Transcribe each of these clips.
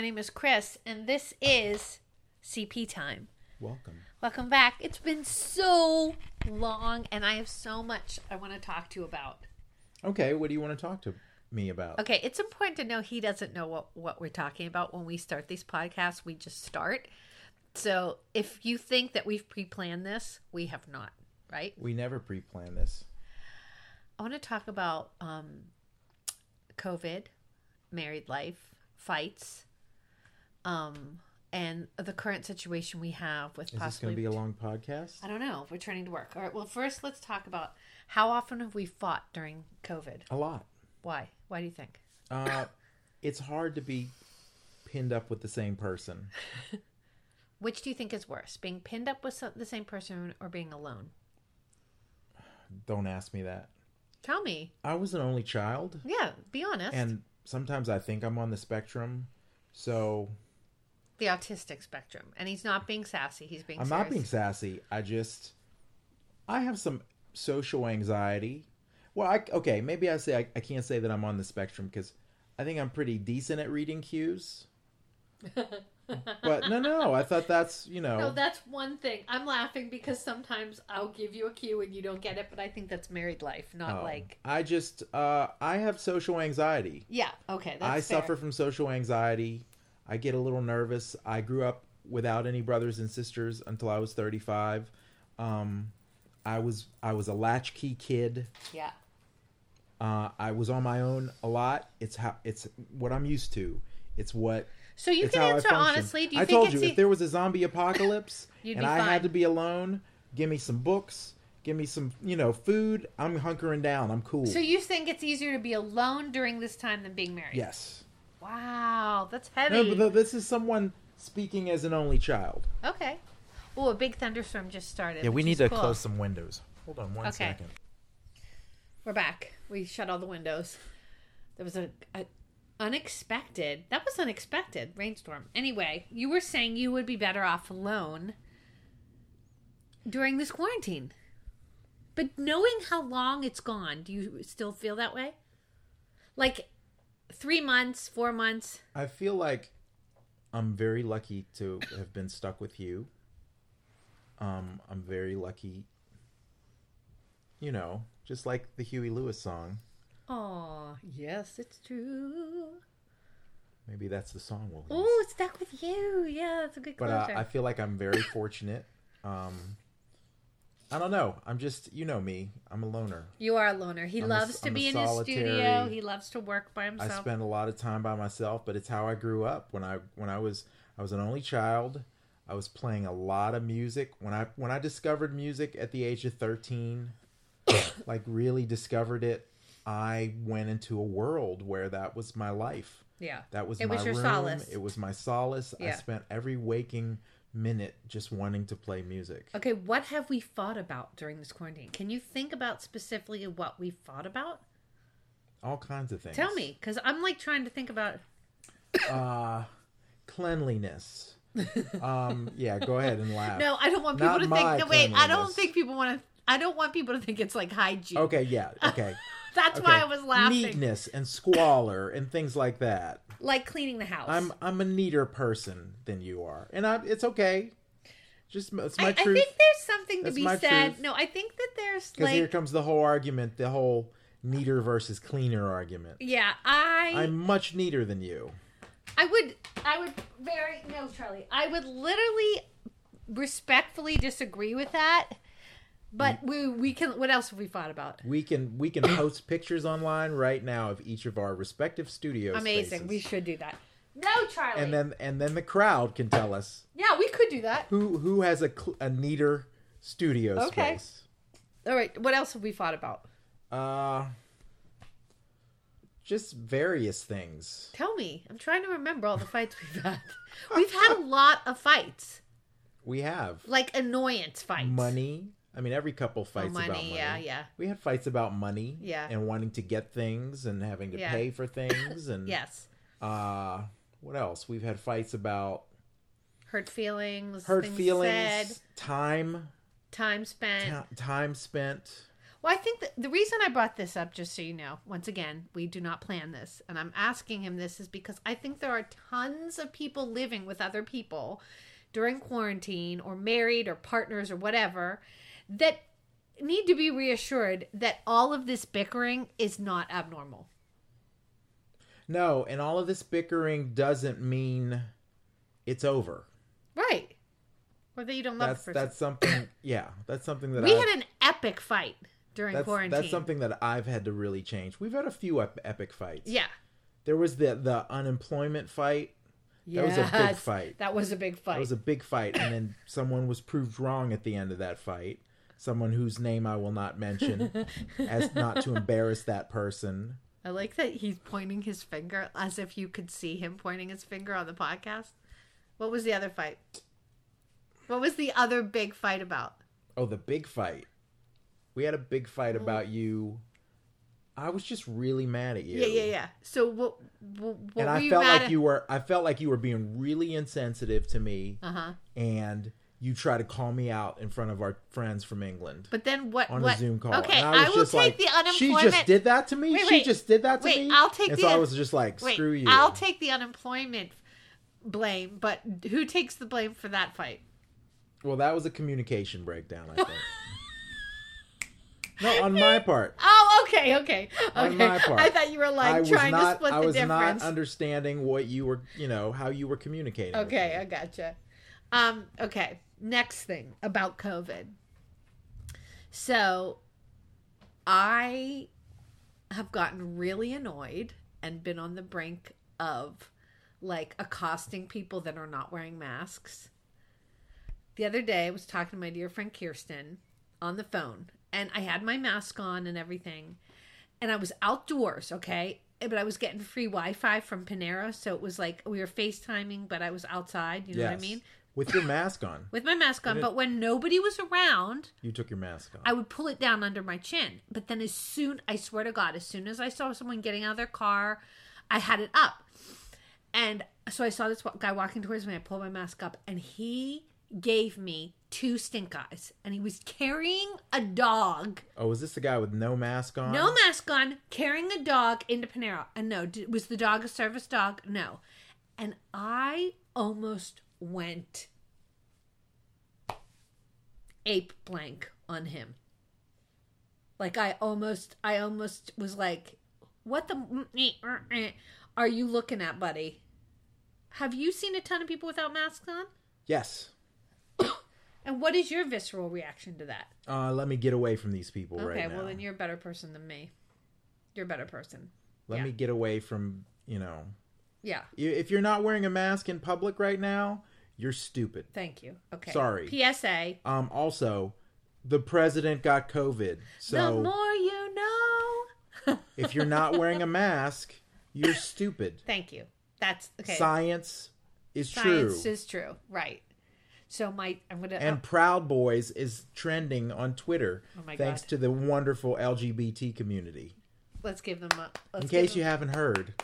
name is Chris, and this is CP Time. Welcome. Welcome back. It's been so long, and I have so much I want to talk to you about. Okay, what do you want to talk to me about? Okay, it's important to know he doesn't know what, what we're talking about when we start these podcasts. We just start. So if you think that we've pre planned this, we have not, right? We never pre plan this. I want to talk about um, COVID, married life, fights, um, and the current situation we have with Is this possibly. going to be a long podcast? I don't know. We're turning to work. All right. Well, first, let's talk about how often have we fought during COVID? A lot. Why? Why do you think? Uh, it's hard to be pinned up with the same person. Which do you think is worse, being pinned up with some, the same person or being alone? Don't ask me that. Tell me. I was an only child, Yeah, be honest. and sometimes I think I'm on the spectrum. So the autistic spectrum, and he's not being sassy. He's being. I'm serious. not being sassy. I just I have some social anxiety. Well, I okay, maybe I say I, I can't say that I'm on the spectrum because I think I'm pretty decent at reading cues. but no, no, I thought that's you know No, that's one thing. I'm laughing because sometimes I'll give you a cue and you don't get it, but I think that's married life, not um, like. I just uh, I have social anxiety. Yeah. Okay. That's I fair. suffer from social anxiety. I get a little nervous. I grew up without any brothers and sisters until I was 35. Um, I was I was a latchkey kid. Yeah. Uh, I was on my own a lot. It's how it's what I'm used to. It's what So you it's can how answer I function. honestly. Do you I think told it's you e- if there was a zombie apocalypse You'd and be I fine. had to be alone, give me some books, give me some you know food. I'm hunkering down. I'm cool. So you think it's easier to be alone during this time than being married? yes. Wow, that's heavy. No, but th- this is someone speaking as an only child. Okay. Oh, a big thunderstorm just started. Yeah, we which need is to cool. close some windows. Hold on one Okay. second. We're back. We shut all the windows. There was a, a unexpected. That was unexpected rainstorm. Anyway, you were saying you would be better off alone during this quarantine. But knowing how long it's gone, do you still feel that way? Like 3 months, 4 months. I feel like I'm very lucky to have been stuck with you. Um, I'm very lucky, you know, just like the Huey Lewis song. Oh, yes, it's true. Maybe that's the song we'll use. Oh, it's stuck with you. Yeah, that's a good but closure. uh, I feel like I'm very fortunate. Um, I don't know. I'm just, you know me. I'm a loner. You are a loner. He I'm a- loves to I'm a be in his studio. solitary- He loves to work by I himself. spend a lot of time by myself, but it's how I grew up. When I when I was I was an only child, I was playing a lot of music. When I when I discovered music at the age of 13, like really discovered it, I went into a world where that was my life. yeah. That was It my was your room. solace. It was my solace. I Yeah. spent every waking minute just wanting to play music. Okay, what have we fought about during this quarantine? Can you think about specifically what we fought about? All kinds of things. Tell me, because I'm like trying to think about. Uh cleanliness. um yeah, go ahead and laugh. No, I don't want people Not to my think. No, wait, I don't cleanliness. think people want to. I don't want people to think it's like hygiene. Okay, yeah. Okay. That's Okay. why I was laughing. Neatness and squalor and things like that. Like cleaning the house. I'm I'm a neater person than you are, and I, it's okay. Just it's I, my I truth. think there's something to That's be my said. truth. No, I think that there's Because like. here comes the whole argument, the whole neater versus cleaner argument. yeah, I. I'm much neater than you. I would, I would very no, Charlie. I would literally respectfully disagree with that. But we we can. What else have we fought about? We can we can post pictures online right now of each of our respective studios. Amazing. We should do that. No, Charlie. and then and then the crowd can tell us yeah, we could do that. who who has a cl- a neater studio Okay. space. All right. What else have we fought about? Uh, just various things. Tell me. I'm trying to remember all the fights we've had. We've had a lot of fights, We have like annoyance fights. Oh, money. I mean, every couple fights money, about money. Mm. yeah, yeah. We had fights about money, Yeah. and wanting to get things and having to Yeah. pay for things, and Yes. Uh, what else? We've had fights about Hurt feelings. hurt things feelings, Said, time, time spent. ti- time spent. Well, I think that the reason I brought this up, just so you know, once again, we do not plan this. And I'm asking him this is because I think there are tons of people living with other people during quarantine or married or partners or whatever that need to be reassured that all of this bickering is not abnormal. No, and all of this bickering doesn't mean it's over. Right. Or that you don't love That's the person. that's something. Yeah, that's something that we I've, had an epic fight during that's, quarantine. that's something that I've had to really change. We've had a few ep- epic fights. Yeah. there was the the unemployment fight. That was a big Yes. fight. That was a big fight. That was a big fight, and then someone was proved wrong at the end of that fight. Someone whose name I will not mention, as not to embarrass that person. I like that he's pointing his finger as if you could see him pointing his finger on the podcast. What was the other fight? What was the other big fight about? Oh, the big fight. We had a big fight about you. I was just really mad at you. Oh. Yeah, yeah, yeah. So what? What, what And were I you felt mad like at? you were. I felt like you were being really insensitive to me, Uh huh. and you try to call me out in front of our friends from England But then what? on what? a Zoom call. Okay, and I, will just take like, the She unemployment. just did that to me. Wait, she wait. just did that to Wait, me. I'll take and the so I un- was just like, Wait, screw you. I'll take the unemployment blame, but who takes the blame for that fight? Well, that was a communication breakdown, I think. no, on my part. Oh, okay, okay, okay. On my part. I thought you were like I was trying to not split I the was difference. not understanding what you were, you know, how you were communicating. with Okay, me. I gotcha. Um, okay, next thing about COVID. So I have gotten really annoyed and been on the brink of like accosting people that are not wearing masks. The other day, I was talking to my dear friend Kirsten on the phone, and I had my mask on and everything, and I was outdoors, okay? But I was getting free Wi Fi from Panera, so it was like we were FaceTiming, but I was outside, you know what I Yes. mean? With your mask on. With my mask on, but when nobody was around, You took your mask off. I would pull it down under my chin. But then, as soon, I swear to God, as soon as I saw someone getting out of their car, I had it up. And so I saw this wa- guy walking towards me. I pulled my mask up, and he gave me two stink eyes. And he was carrying a dog, oh, is this the guy with no mask on? no mask on, carrying a dog into Panera. And no, d- was the dog a service dog? No. And I almost went ape blank on him. Like I almost, I almost was like, "What the eh, are you looking at, buddy? Have you seen a ton of people without masks on? Yes. And what is your visceral reaction to that? Uh, let me get away from these people okay, right now. well then you're a better person than me. You're a better person. let yeah. me get away from, you know, Yeah, i- if you're not wearing a mask in public right now, you're stupid. thank you. Okay. Sorry. PSA: Um, also, the president got COVID. So The more you know. if you're not wearing a mask, you're stupid. thank you. That's okay. Science is Science true. is true, right? So my, I'm gonna and Proud Boys is trending on Twitter Oh my thanks God. to the wonderful LGBT community. let's give them a let's In give case them you haven't heard,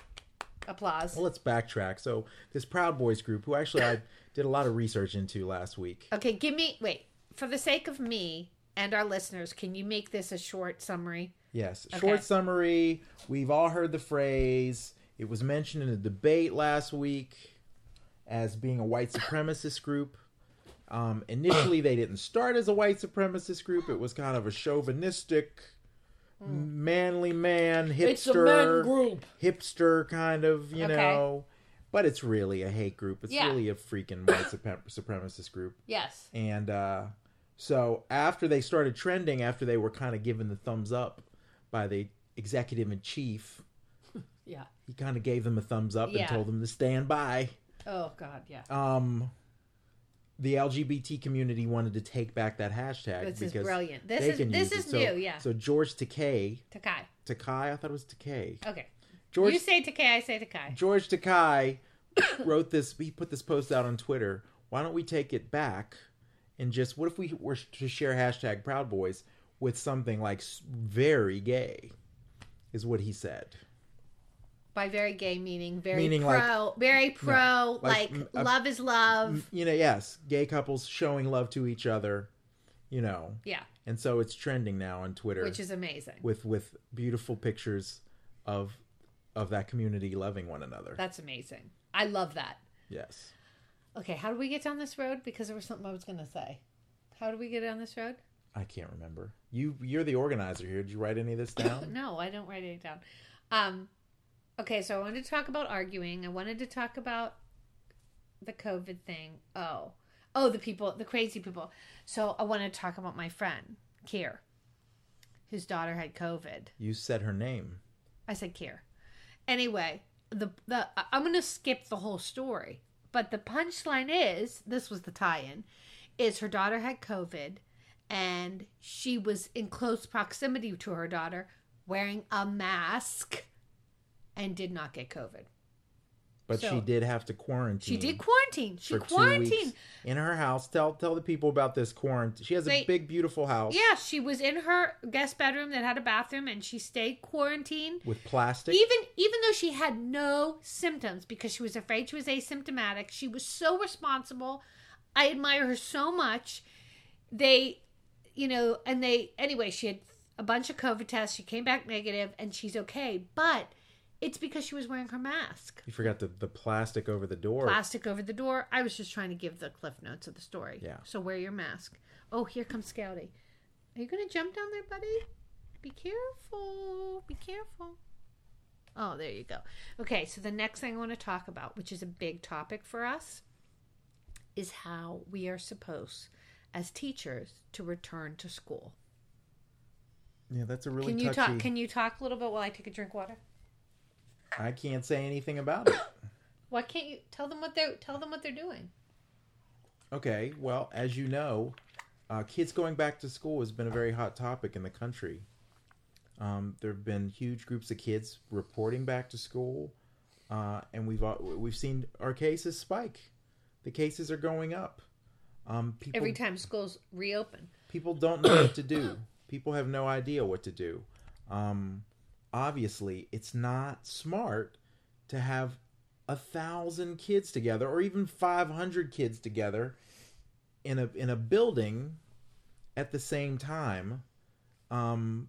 applause. well, let's backtrack. So, this Proud Boys group, who actually I did a lot of research into last week, Okay, give me wait. For the sake of me and our listeners, can you make this a short summary? Yes. Okay. Short summary. We've all heard the phrase. It was mentioned in a debate last week as being a white supremacist group. Um, initially, they didn't start as a white supremacist group. It was kind of a chauvinistic, Hmm. manly man, hipster, group. hipster kind of, you Okay. know. But it's really a hate group. It's Yeah. really a freaking white suprem- supremacist group. Yes. And uh, so after they started trending, after they were kind of given the thumbs up by the executive in chief, Yeah. he kind of gave them a thumbs up Yeah. and told them to stand by. Oh God, yeah. Um, the LGBT community wanted to take back that hashtag This is because brilliant. they This can is this use is it. new, So, yeah. So George Takei, Takai. Takai, I thought it was Takei. Okay. George you say Takai, I say Takai. George Takai wrote this. He put this post out on Twitter. Why don't we take it back and just what if we were to share hashtag Proud Boys with something like s- very gay? Is what he said. By very gay meaning very Meaning like- pro very pro, like, like, mm, a- love is love. You know, yes, gay couples showing love to each other. You you know. Yeah, And so it's trending now on Twitter which is amazing. with with beautiful pictures of of that community loving one another. That's amazing. I love that. yes. Okay, how do we get down this road? Because there was something I was going to say. How do we get down this road? I can't remember. You you're the organizer here. Did you write any of this down? No, I don't write it down. Um, okay, so I wanted to talk about arguing. I wanted to talk about the COVID thing. Oh, oh, the people, the crazy people. So I want to talk about my friend Kier, whose daughter had COVID. you said her name. I said Kier. Anyway, the the I- I'm gonna skip the whole story, but the punchline is this was the tie-in, is her daughter had COVID, and she was in close proximity to her daughter wearing a mask, and did not get COVID. But So- she did have to quarantine. She did quarantine. She Hmm. for two quarantined. weeks in her house. Tell tell the people about this quarantine. She has a They- big beautiful house Yeah, she was in her guest bedroom that had a bathroom, and she stayed quarantined. with plastic. even even though she had no symptoms because she was afraid she was asymptomatic she was so responsible i admire her so much they you know and they anyway she had a bunch of covid tests she came back negative and she's okay but it's because she was wearing her mask you forgot the the plastic over the door. plastic over the door i was just trying to give the cliff notes of the story Yeah. so wear your mask oh here comes scouty are you gonna jump down there buddy be careful be careful Oh, there you go. Okay, so the next thing I want to talk about, which is a big topic for us, is how we are supposed, as teachers, to return to school. yeah, that's a really can you touchy. talk? Can you talk a little bit while I take a drink of water? I can't say anything about it. Why can't you tell them what they're tell them what they're doing? Okay, well, as you know, uh, kids going back to school has been a very hot topic in the country. Um, there have been huge groups of kids reporting back to school, uh, and we've al- we've seen our cases spike. The cases are going up. Um, people Every time schools reopen, people don't know what to do. People have no idea what to do. Um, obviously, it's not smart to have a thousand kids together, or even five hundred kids together, in a in a building at the same time, um,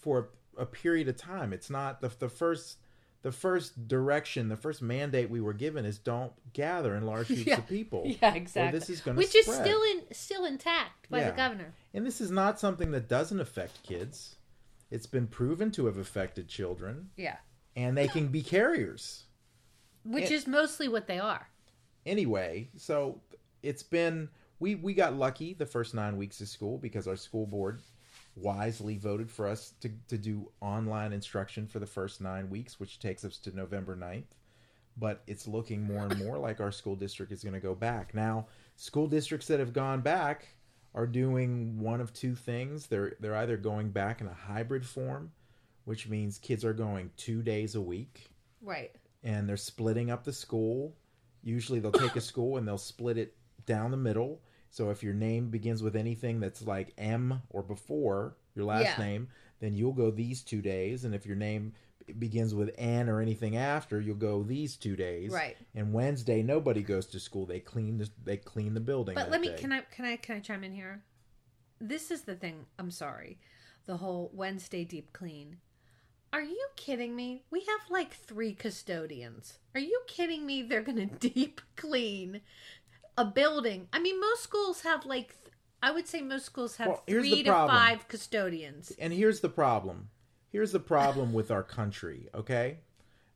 for a, a period of time. It's not the the first. The first direction, the first mandate we were given is don't gather in large groups Yeah. of people. yeah, Or this is going to which spread. is still in still intact by the Yeah. governor. And this is not something that doesn't affect kids. It's been proven to have affected children, Yeah, and they can be carriers which Yeah. is mostly what they are. anyway. So it's been we we got lucky the first nine weeks of school because our school board wisely voted for us to, to do online instruction for the first nine weeks, which takes us to November 9th. But it's looking more and more like our school district is going to go back. Now, school districts that have gone back are doing one of two things. They're they're either going back in a hybrid form, which means kids are going two days a week Right. and they're splitting up the school. Usually they'll take a school and they'll split it down the middle. So if your name begins with anything that's like M or before your last Yeah. name, then you'll go these two days. And if your name b- begins with N or anything after, you'll go these two days. Right. And Wednesday nobody goes to school. They clean the they clean the building. But that let me day. can I can I can I chime in here? This is the thing. I'm sorry. The whole Wednesday deep clean. Are you kidding me? We have like 3 custodians. Are you kidding me they're going to deep clean a building? I mean most schools have like th- I would say most schools have Well, here's the 3 to problem. 5 custodians. and here's the problem. Here's the problem with our country, okay?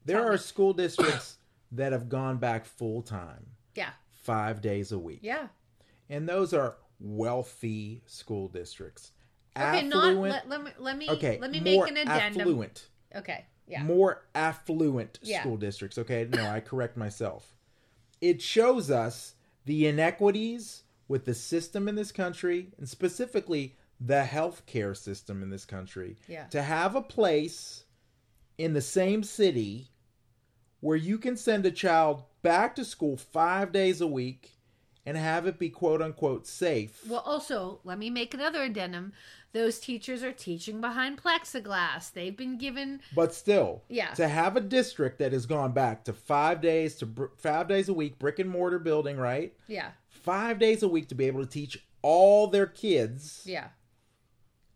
There Tell are me. school districts that have gone back full time. Yeah. 5 days a week. Yeah. and those are wealthy school districts. Okay, affluent, not let, let me let me okay, let me more make an addendum. Affluent, Okay. Yeah. more affluent Yeah. school districts. Okay, no, I correct myself. It shows us the inequities with the system in this country, and specifically the healthcare system in this country. Yeah. To have a place in the same city where you can send a child back to school five days a week and have it be quote unquote safe. Well, also, let me make another addendum. Those teachers are teaching behind plexiglass. They've been given But still, Yeah. to have a district that has gone back to five days to br- five days a week brick and mortar building, right? yeah, Five days a week to be able to teach all their kids Yeah.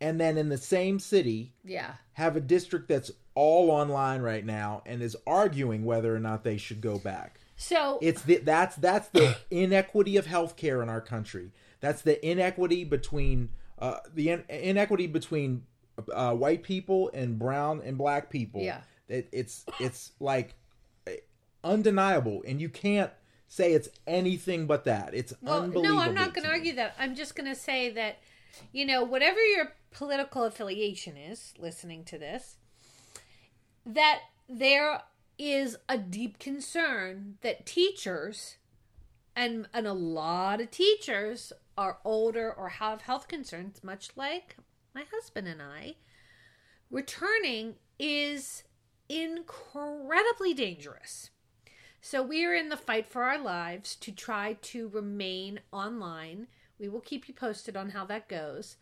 and then in the same city Yeah. have a district that's all online right now and is arguing whether or not they should go back. So It's the, that's that's the inequity of healthcare in our country. That's the inequity between uh, the in- inequity between uh, white people and brown and black people. Yeah. It, it's it's like eh, undeniable, and you can't say it's anything but that. It's Well, unbelievable. no, I'm not going to to me. argue that. I'm just going to say that, you know, whatever your political affiliation is, listening to this, that there is a deep concern that teachers and and a lot of teachers are older or have health concerns, much like my husband and I. Returning is incredibly dangerous. So we are in the fight for our lives to try to remain online. We will keep you posted on how that goes.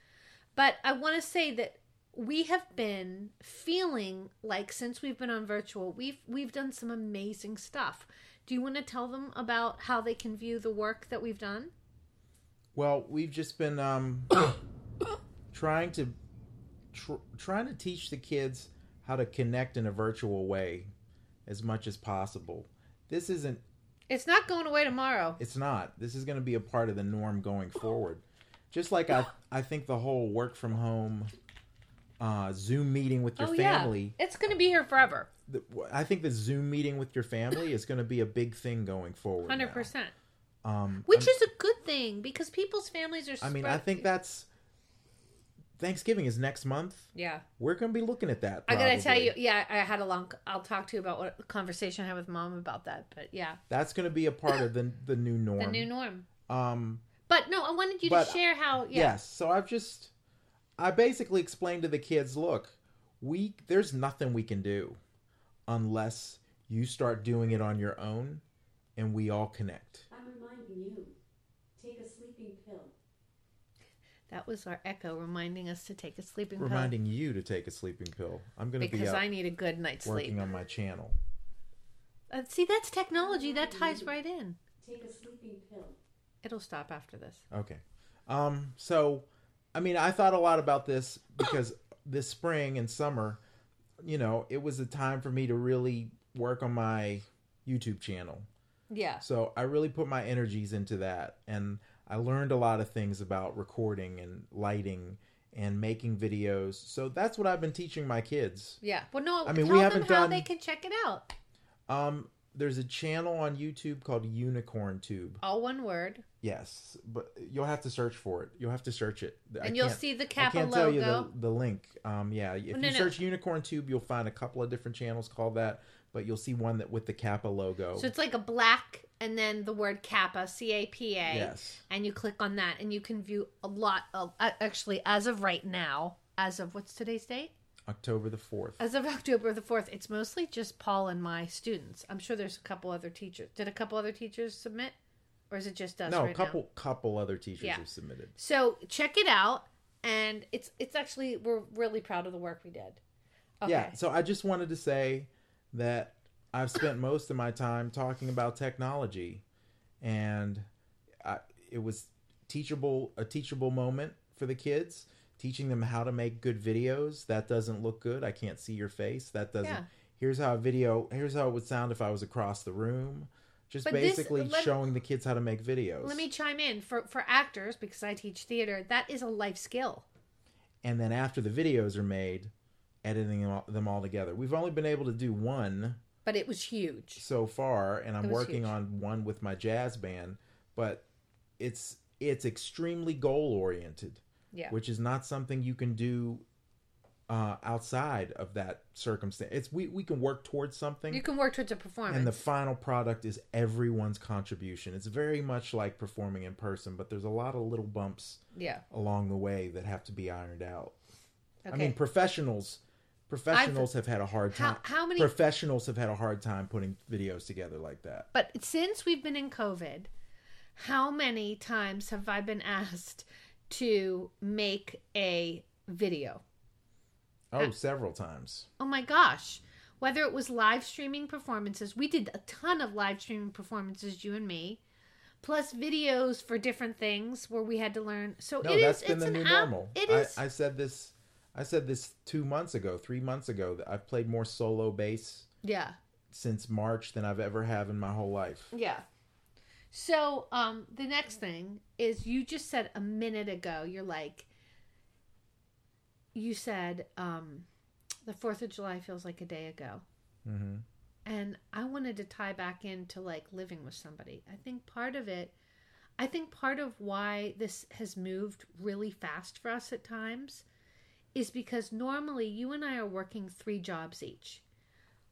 But I want to say that we have been feeling like since we've been on virtual, we've we've done some amazing stuff. Do you want to tell them about how they can view the work that we've done? Well, we've just been um, trying to tr- trying to teach the kids how to connect in a virtual way as much as possible. This isn't. It's not going away tomorrow. It's not. This is going to be a part of the norm going forward. Just like I, I think the whole work from home, uh, Zoom meeting with your oh family. yeah, it's going to be here forever, The, I think the Zoom meeting with your family is going to be a big thing going forward. hundred percent. now. Um, Which I'm- is a good thing because people's families are. I mean, spread- I think that's Thanksgiving is next month. yeah. We're gonna be looking at that. I gotta tell probably. you, yeah, I had a long. I'll talk to you about what conversation I had with mom about that, but yeah, that's gonna be a part of the the new norm. the new norm. um, But no, I wanted you But- uh, to share how. Yeah, yes. So I've just, I basically explained to the kids, look, we there's nothing we can do, unless you start doing it on your own, and we all connect. I'm reminding you, take a sleeping pill. that was our echo reminding us to take a sleeping Reminding you to take a sleeping pill. I'm pill gonna be Uh-huh. because out I need a good night's working sleep. on my channel. Uh, see, that's technology that ties right in. Take a sleeping pill. It'll stop after this. Okay. Um, so, I mean, I thought a lot about this because this spring and summer, you know, it was a time for me to really work on my YouTube channel. Yeah, So I really put my energies into that. And I learned a lot of things about recording and lighting and making videos. So that's what I've been teaching my kids. yeah. Well, no, I mean, tell we them haven't how done- they can check it out. Um, there's a channel on YouTube called Unicorn Tube. All one word, Yes, but you'll have to search for it. You'll have to search it. I and you'll can't- see the I Kappa can't logo. Oh, tell you the, the link. Um, yeah, if No, you no. search Unicorn Tube, you'll find a couple of different channels called that, but you'll see one that with the Kappa logo. So it's like a black and then the word Kappa, C A P A. yes, and you click on that and you can view a lot of uh, actually as of right now as of what's today's date October the fourth. as of october the 4th it's mostly just paul and my students i'm sure there's a couple other teachers did a couple other teachers submit or is it just us No, right a now? couple couple other teachers Yeah. have submitted. so check it out and it's it's actually we're really proud of the work we did okay Yeah, so I just wanted to say that I've spent most of my time talking about technology, and I, it was teachable a teachable moment for the kids, teaching them how to make good videos. That doesn't look good. I can't see your face. That doesn't. Yeah. Here's how a video. Here's how it would sound if I was across the room. Just But this- basically let- showing the kids how to make videos. let me chime in for for actors because i teach theater that is a life skill and then after the videos are made, editing them all, them all together. We've only been able to do one. but it was huge so far and It I'm was working huge. on one with my jazz band, but it's it's extremely goal oriented, yeah which is not something you can do uh, outside of that circumstance. It's we, we can work towards something you can work towards a performance and the final product is everyone's contribution. It's very much like performing in person, but there's a lot of little bumps yeah along the way that have to be ironed out. okay I mean professionals professionals have had a hard How- time how many- professionals have had a hard time putting videos together like that. But since we've been in COVID, how many times have I been asked to make a video? Oh, several times. Oh my gosh. Whether it was live streaming performances, we did a ton of live streaming performances, you and me, plus videos for different things where we had to learn. So No, it that's is- been it's the an new app- normal. It is. I, I said this. I said this two months ago, three months ago. That I've played more solo bass yeah. since March than I've ever have in my whole life. Yeah. So um, the next thing is you just said a minute ago. You're like, you said um, the Fourth of July feels like a day ago, Mm-hmm. and I wanted to tie back into like living with somebody. I think part of it, I think part of why this has moved really fast for us at times, is because normally you and I are working three jobs each.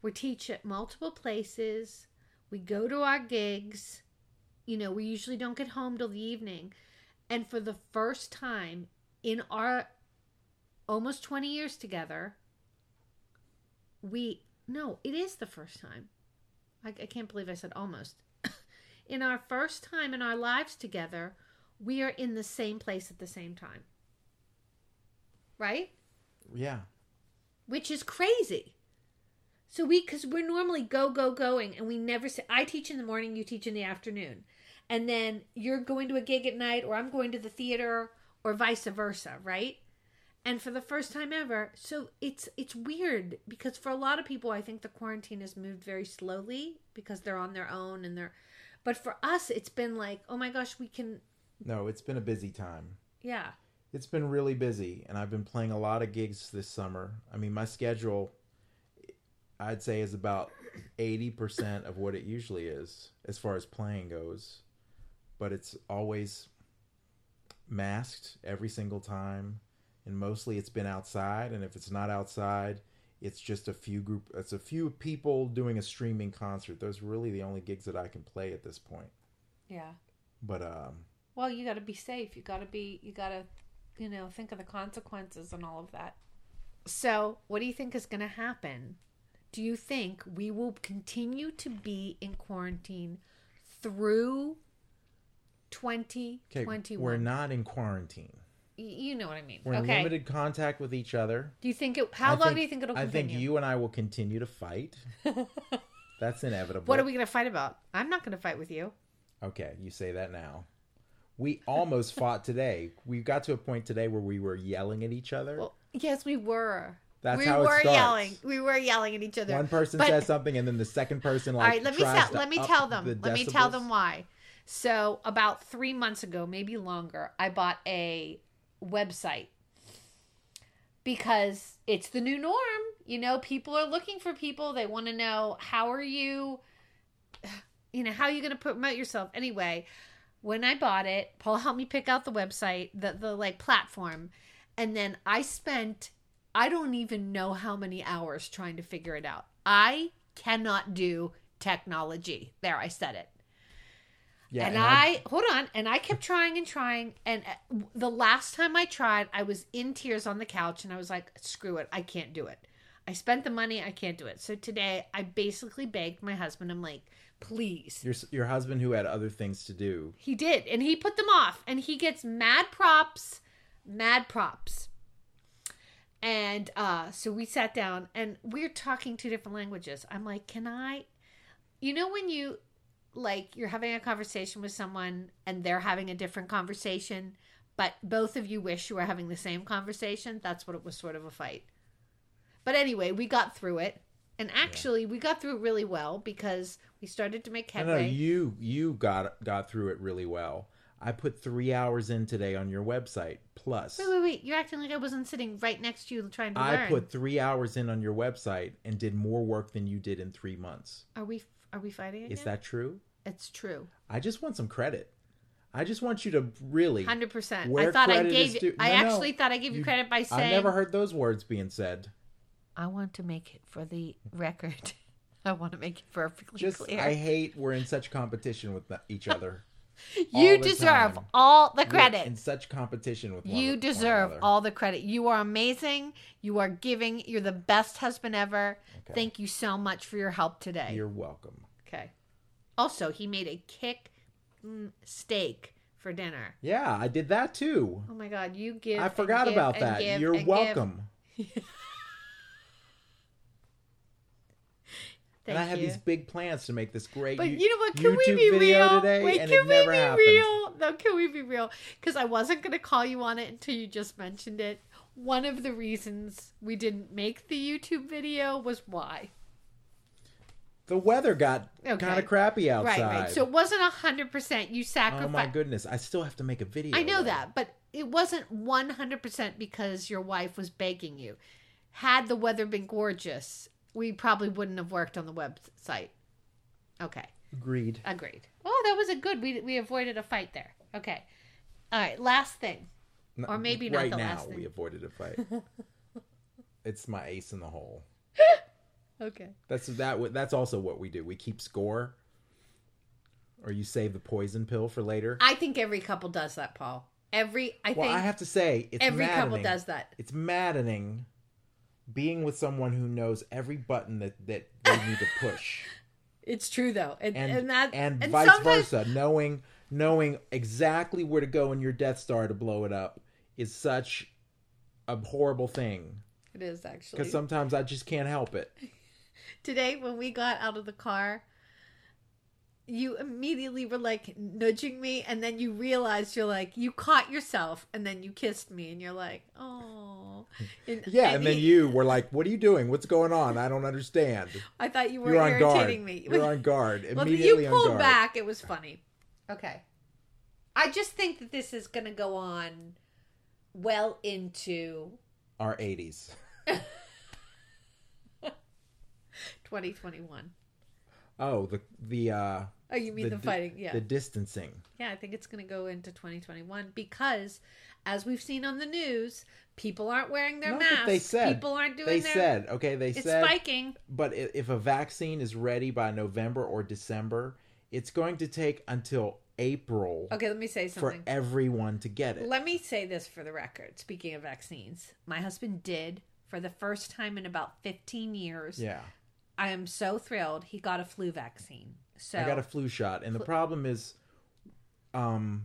We teach at multiple places we go to our gigs you know we usually don't get home till the evening and for the first time in our almost 20 years together we no it is the first time i, I can't believe i said almost in our first time in our lives together we are in the same place at the same time right Yeah. which is crazy. So we, because we're normally go go going, and we never say. I teach in the morning, you teach in the afternoon, and then you're going to a gig at night, or I'm going to the theater, or vice versa, right? And for the first time ever, so it's it's weird because for a lot of people, I think the quarantine has moved very slowly because they're on their own and they're, but for us, it's been like, oh my gosh, we can, No, it's been a busy time. yeah, It's been really busy, and I've been playing a lot of gigs this summer. I mean, my schedule, I'd say, is about 80% of what it usually is as far as playing goes, but it's always masked every single time, and mostly it's been outside. And if it's not outside, it's just a few group, it's a few people doing a streaming concert. Those are really the only gigs that I can play at this point. yeah. But um, Well, you got to be safe. You got to be, you got to, you know, think of the consequences and all of that. So, what do you think is going to happen? Do you think we will continue to be in quarantine through okay, 2021? we're not in quarantine. Y- you know what I mean. We're in okay. limited contact with each other. Do you think it, how I long do you think it'll I think continue? you and I will continue to fight. That's inevitable. what are we going to fight about? I'm not going to fight with you. Okay, you say that now. We almost fought today. We got to a point today where we were yelling at each other. Well, yes, we were. That's we how it were starts. yelling. We were yelling at each other. One person But- says something, and then the second person like. All right, let me tries tell, to let me up tell the them. Let me tell decibels. them why. So about three months ago, maybe longer, I bought a website because it's the new norm. You know, people are looking for people. They want to know how are you, you know, how are you going to promote yourself anyway. When I bought it, Paul helped me pick out the website, the the like platform, and then I spent I don't even know how many hours trying to figure it out. I cannot do technology. There, I said it. Yeah, and, I, hold on, and I kept trying and trying. And uh, w- the last time I tried, I was in tears on the couch, and I was like, "Screw it, I can't do it." I spent the money, I can't do it. So today, I basically begged my husband. I'm like, "Please, your s- your husband who had other things to do. he did, and he put them off, and he gets mad props, mad props. And uh, so we sat down, and we're talking two different languages. I'm like, "Can I?" You know when you like you're having a conversation with someone, and they're having a different conversation, but both of you wish you were having the same conversation. That's what it was, sort of a fight. But anyway, we got through it, and actually, we got through it really well because we started to make No, headway. no, you you got got through it really well. I put three hours in today on your website. Plus, Wait, wait, wait. You're acting like I wasn't sitting right next to you trying to I learn. put three hours in on your website and did more work than you did in three months. Are we are we fighting again? Is that true? It's true. I just want some credit. I just want you to really. 100%. Where I thought I credit is gave you, due- I No, no, actually thought I gave you, you- credit by saying I never heard those words being said. I want to make it for the record. I want to make it perfectly Just clear. I hate we're in such competition with the- each other. all you the deserve time. all the We're credit. in such competition with one, You one deserve another. all the credit. You are amazing. You are giving. You're the best husband ever. Okay. Thank you so much for your help today. You're welcome. okay. Also, he made a kick mm, steak for dinner. Yeah, I did that too. Oh my God, you give. I and forgot give about and that. give You're and give. welcome. and I Thank have you. these big plans to make this great. But you- you know what? Can YouTube we be video real? today, Wait, and can it we never be happened. real? No, can we be real? Because I wasn't gonna call you on it until you just mentioned it. One of the reasons we didn't make the YouTube video was why. the weather got Okay. kind of crappy outside. Right, right. So it wasn't hundred percent. You oh my sacrificed. goodness, I still have to make a video. I know though. that, but it wasn't one hundred percent because your wife was begging you. Had the weather been gorgeous, we probably wouldn't have worked on the website. Okay. Agreed. Agreed. Oh, that was a good. We we avoided a fight there. Okay. All right. Last thing. N- Or maybe not right the now last thing. we avoided a fight. it's my ace in the hole. Okay. That's that. w- That's also what we do. We keep score, or you save the poison pill for later. I think every couple does that, Paul. Every I well, think I have to say, it's every couple maddening. does that. It's maddening being with someone who knows every button that that they need to push, It's true though, and and and, that and, vice sometimes- versa, knowing knowing exactly where to go in your Death Star to blow it up is such a horrible thing It is actually because sometimes I just can't help it. today when we got out of the car. You immediately were like nudging me, and then you realized you're like you caught yourself, and then you kissed me, and you're like, oh, Yeah, and then he- you were like, "What are you doing? What's going on? I don't understand." I thought you were You're on guard. irritating me. You're on guard. Well, Immediately you pulled on guard. back. It was funny. Okay. I just think that this is going to go on well into Our 80s. 2021. Oh, the the uh Oh, you mean the, di- fighting? Yeah. The distancing. yeah, I think it's going to go into 2021 because, as we've seen on the news, people aren't wearing their Not masks. that they said. people aren't doing They their. said, okay, they it's said spiking. but i- if a vaccine is ready by November or December, it's going to take until April Okay, let me say for something. everyone to get it. Let me say this for the record. Speaking of vaccines, my husband did for the first time in about 15 years. yeah. I am so thrilled he got a flu vaccine. So I got a flu shot, and the problem is, um,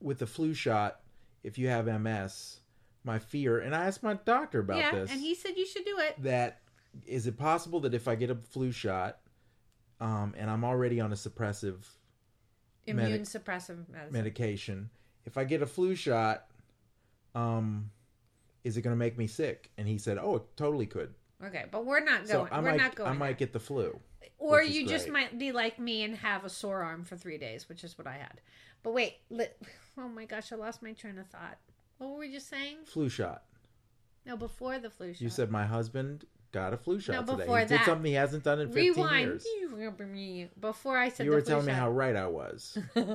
with the flu shot, if you have MS, my fear, and I asked my doctor about yeah, this, and he said you should do it. that is it possible that if I get a flu shot, um, and I'm already on a suppressive Medic- Immune suppressive medicine. medication, if I get a flu shot, um, is it going to make me sick? And he said, "Oh, it totally could." okay, but we're not so going. I we're might, not going. I might get the flu. or which is you just great. might be like me and have a sore arm for three days, which is what I had. But wait, let, oh my gosh, I lost my train of thought. What were we just saying? Flu shot. No, before the flu shot. You said my husband got a flu shot today. before he did that. something he hasn't done in 15 rewind. years. Before I said You the were flu telling me how shot. right I was.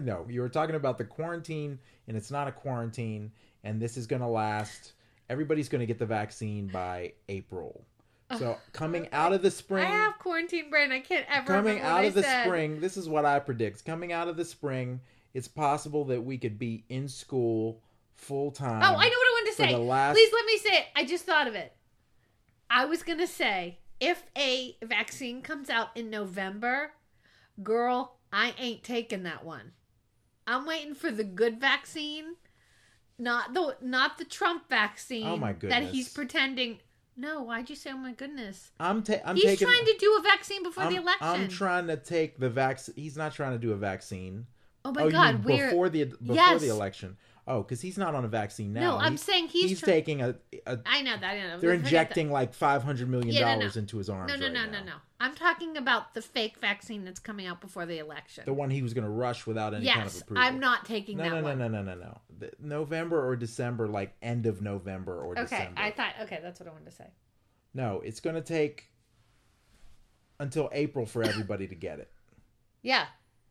no, you were talking about the quarantine, and it's not a quarantine, and this is going to last. Everybody's going to get the vaccine by April. So coming out of the spring, I have quarantine brain. I can't ever coming remember what out I of the said. spring, this is what I predict. Coming out of the spring, it's possible that we could be in school full time. Oh, I know what I wanted to for say. the last- Please let me say it. I just thought of it. I was gonna say if a vaccine comes out in November, girl, I ain't taking that one. I'm waiting for the good vaccine, not the not the Trump vaccine. Oh, my That goodness. he's pretending. No, why'd you say? Oh my goodness. I'm, ta- I'm he's taking. trying to do a vaccine before I'm, the election. I'm trying to take the vaccine. He's not trying to do a vaccine. oh my oh, you God, mean we're before the before Yes. the election. Oh, because he's not on a vaccine now. no. I'm He's- saying he's. he's try- taking a. a I know that. I they're know. Forget that. injecting like five hundred million Yeah, no, no. dollars into his arms. No, no, right no, now. no, no. I'm talking about the fake vaccine that's coming out before the election. The one he was going to rush without any yes, kind of approval. I'm not taking No, that no, no, one. no, no, no, no. The- November or December, like end of November or Okay, December. I thought. Okay, that's what I wanted to say. No, it's going to take until April for everybody to get it. Yeah.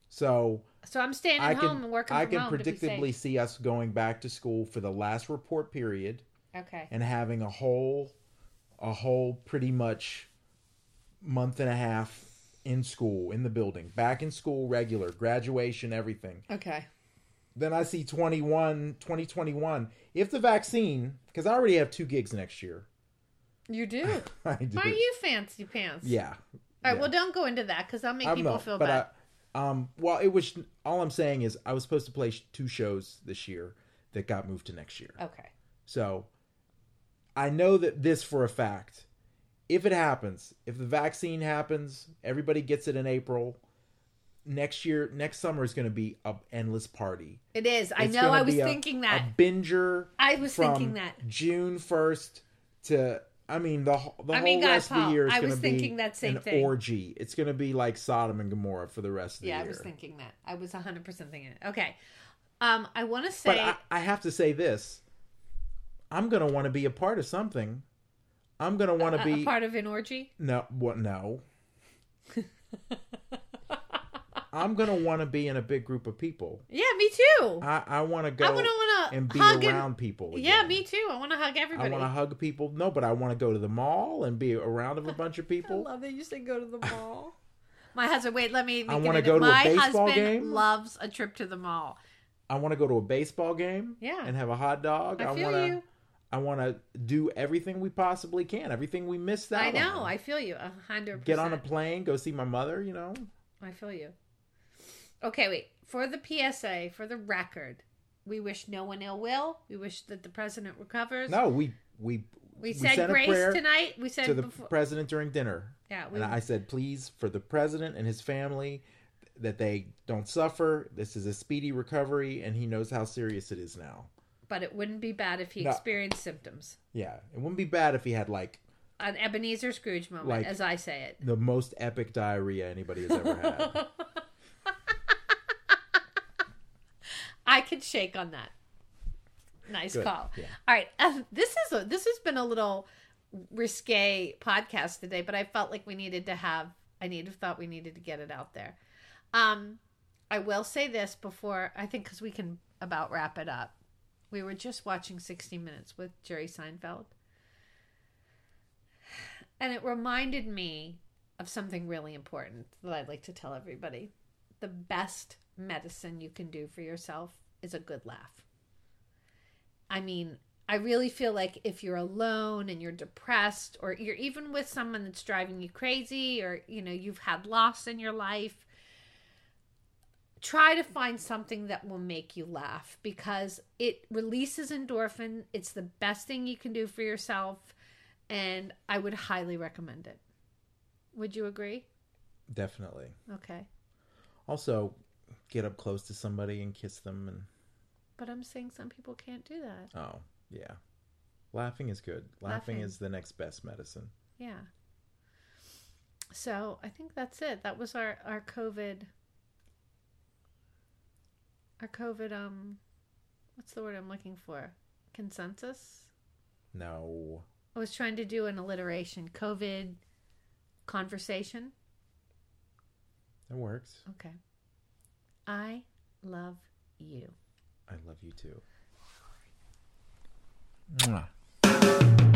So So I'm staying I at can home and working I from can home to predictably be safe. see us going back to school for the last report period Okay. and having a whole a whole pretty much month and a half in school in the building back in school regular graduation everything Okay. then i see 21 2021 if the vaccine because i already have two gigs next year You do. I do. Why are you fancy pants? yeah All yeah. right. Well, don't go into that because I'll make people feel but bad. I, um, well, it was all I'm saying is I was supposed to play sh- two shows this year that got Oh. moved to next year. okay. So I know that this for a fact. if it happens, if the vaccine happens, everybody gets it in April. Next year, next summer is going to be a endless party. It is. I It's know. gonna I was be a- thinking that. a binger. I was from thinking that. June first to I mean the wh- the I whole mean, God, rest of Paul, the year is I going was to thinking be that same an thing. orgy. It's going to be like Sodom and Gomorrah for the rest of the yeah, year. I was thinking that. I was 100% thinking it. Okay. Um, I want to But say I, I have to say this: I'm going to want to be a part of something. I'm going to want to a, be a part of an orgy. no what no. I'm going to want to be in a big group of people. Yeah, me too. I I want to go I want to and want be to hug around and, people. Yeah, again. me too. I want to hug I everybody. want to hug people. No, but I want to go to the mall and be around of a bunch of I people. love that you say go to the mall. My husband, wait, let me. Make I it wanna in. go to a My baseball husband game. loves a trip to the mall. I want to go to a baseball game Yeah. and have a hot dog. I, feel wanna, you. I want to do everything we possibly can. Everything we missed out. I know. on. I feel you. A hundred. get on a percent. plane, go see my mother. You know, I feel you. Okay, wait. For the PSA, for the record, we wish no one ill will. We wish that the president recovers. no, we we we said grace tonight. We said to the before. president during dinner, yeah, we, and I said, please, for the president and his family, that they don't suffer. This is a speedy recovery, and he knows how serious it is now. but it wouldn't be bad if he No. experienced symptoms. Yeah, it wouldn't be bad if he had like An Ebenezer Scrooge moment, Like- as I say it. the most epic diarrhea anybody has ever had. I could shake on that. Nice Good. call. Yeah. All right, um, this is a, this has been a little risque podcast today, but I felt like we needed to have. I needed thought we needed to get it out there. Um, I will say this before I think because we can about wrap it up. We were just watching 60 Minutes with Jerry Seinfeld, and it reminded me of something really important that I'd like to tell everybody. The best medicine you can do for yourself is a good laugh. I mean, I really feel like if you're alone and you're depressed or you're even with someone that's driving you crazy or you know, you've had loss in your life, try to find something that will make you laugh because it releases endorphin. It's the best thing you can do for yourself and I would highly recommend it. Would you agree? Definitely. Okay. Also, get up close to somebody and kiss them and But I'm saying some people can't do that. Oh, yeah. Laughing is good. Laughing, Laughing. is the next best medicine. Yeah. So I think that's it. That was our our COVID. Our COVID um, what's the word I'm looking for? Consensus. No. I was trying to do an alliteration. COVID conversation. That works. Okay. I love you. I love you too. Mwah.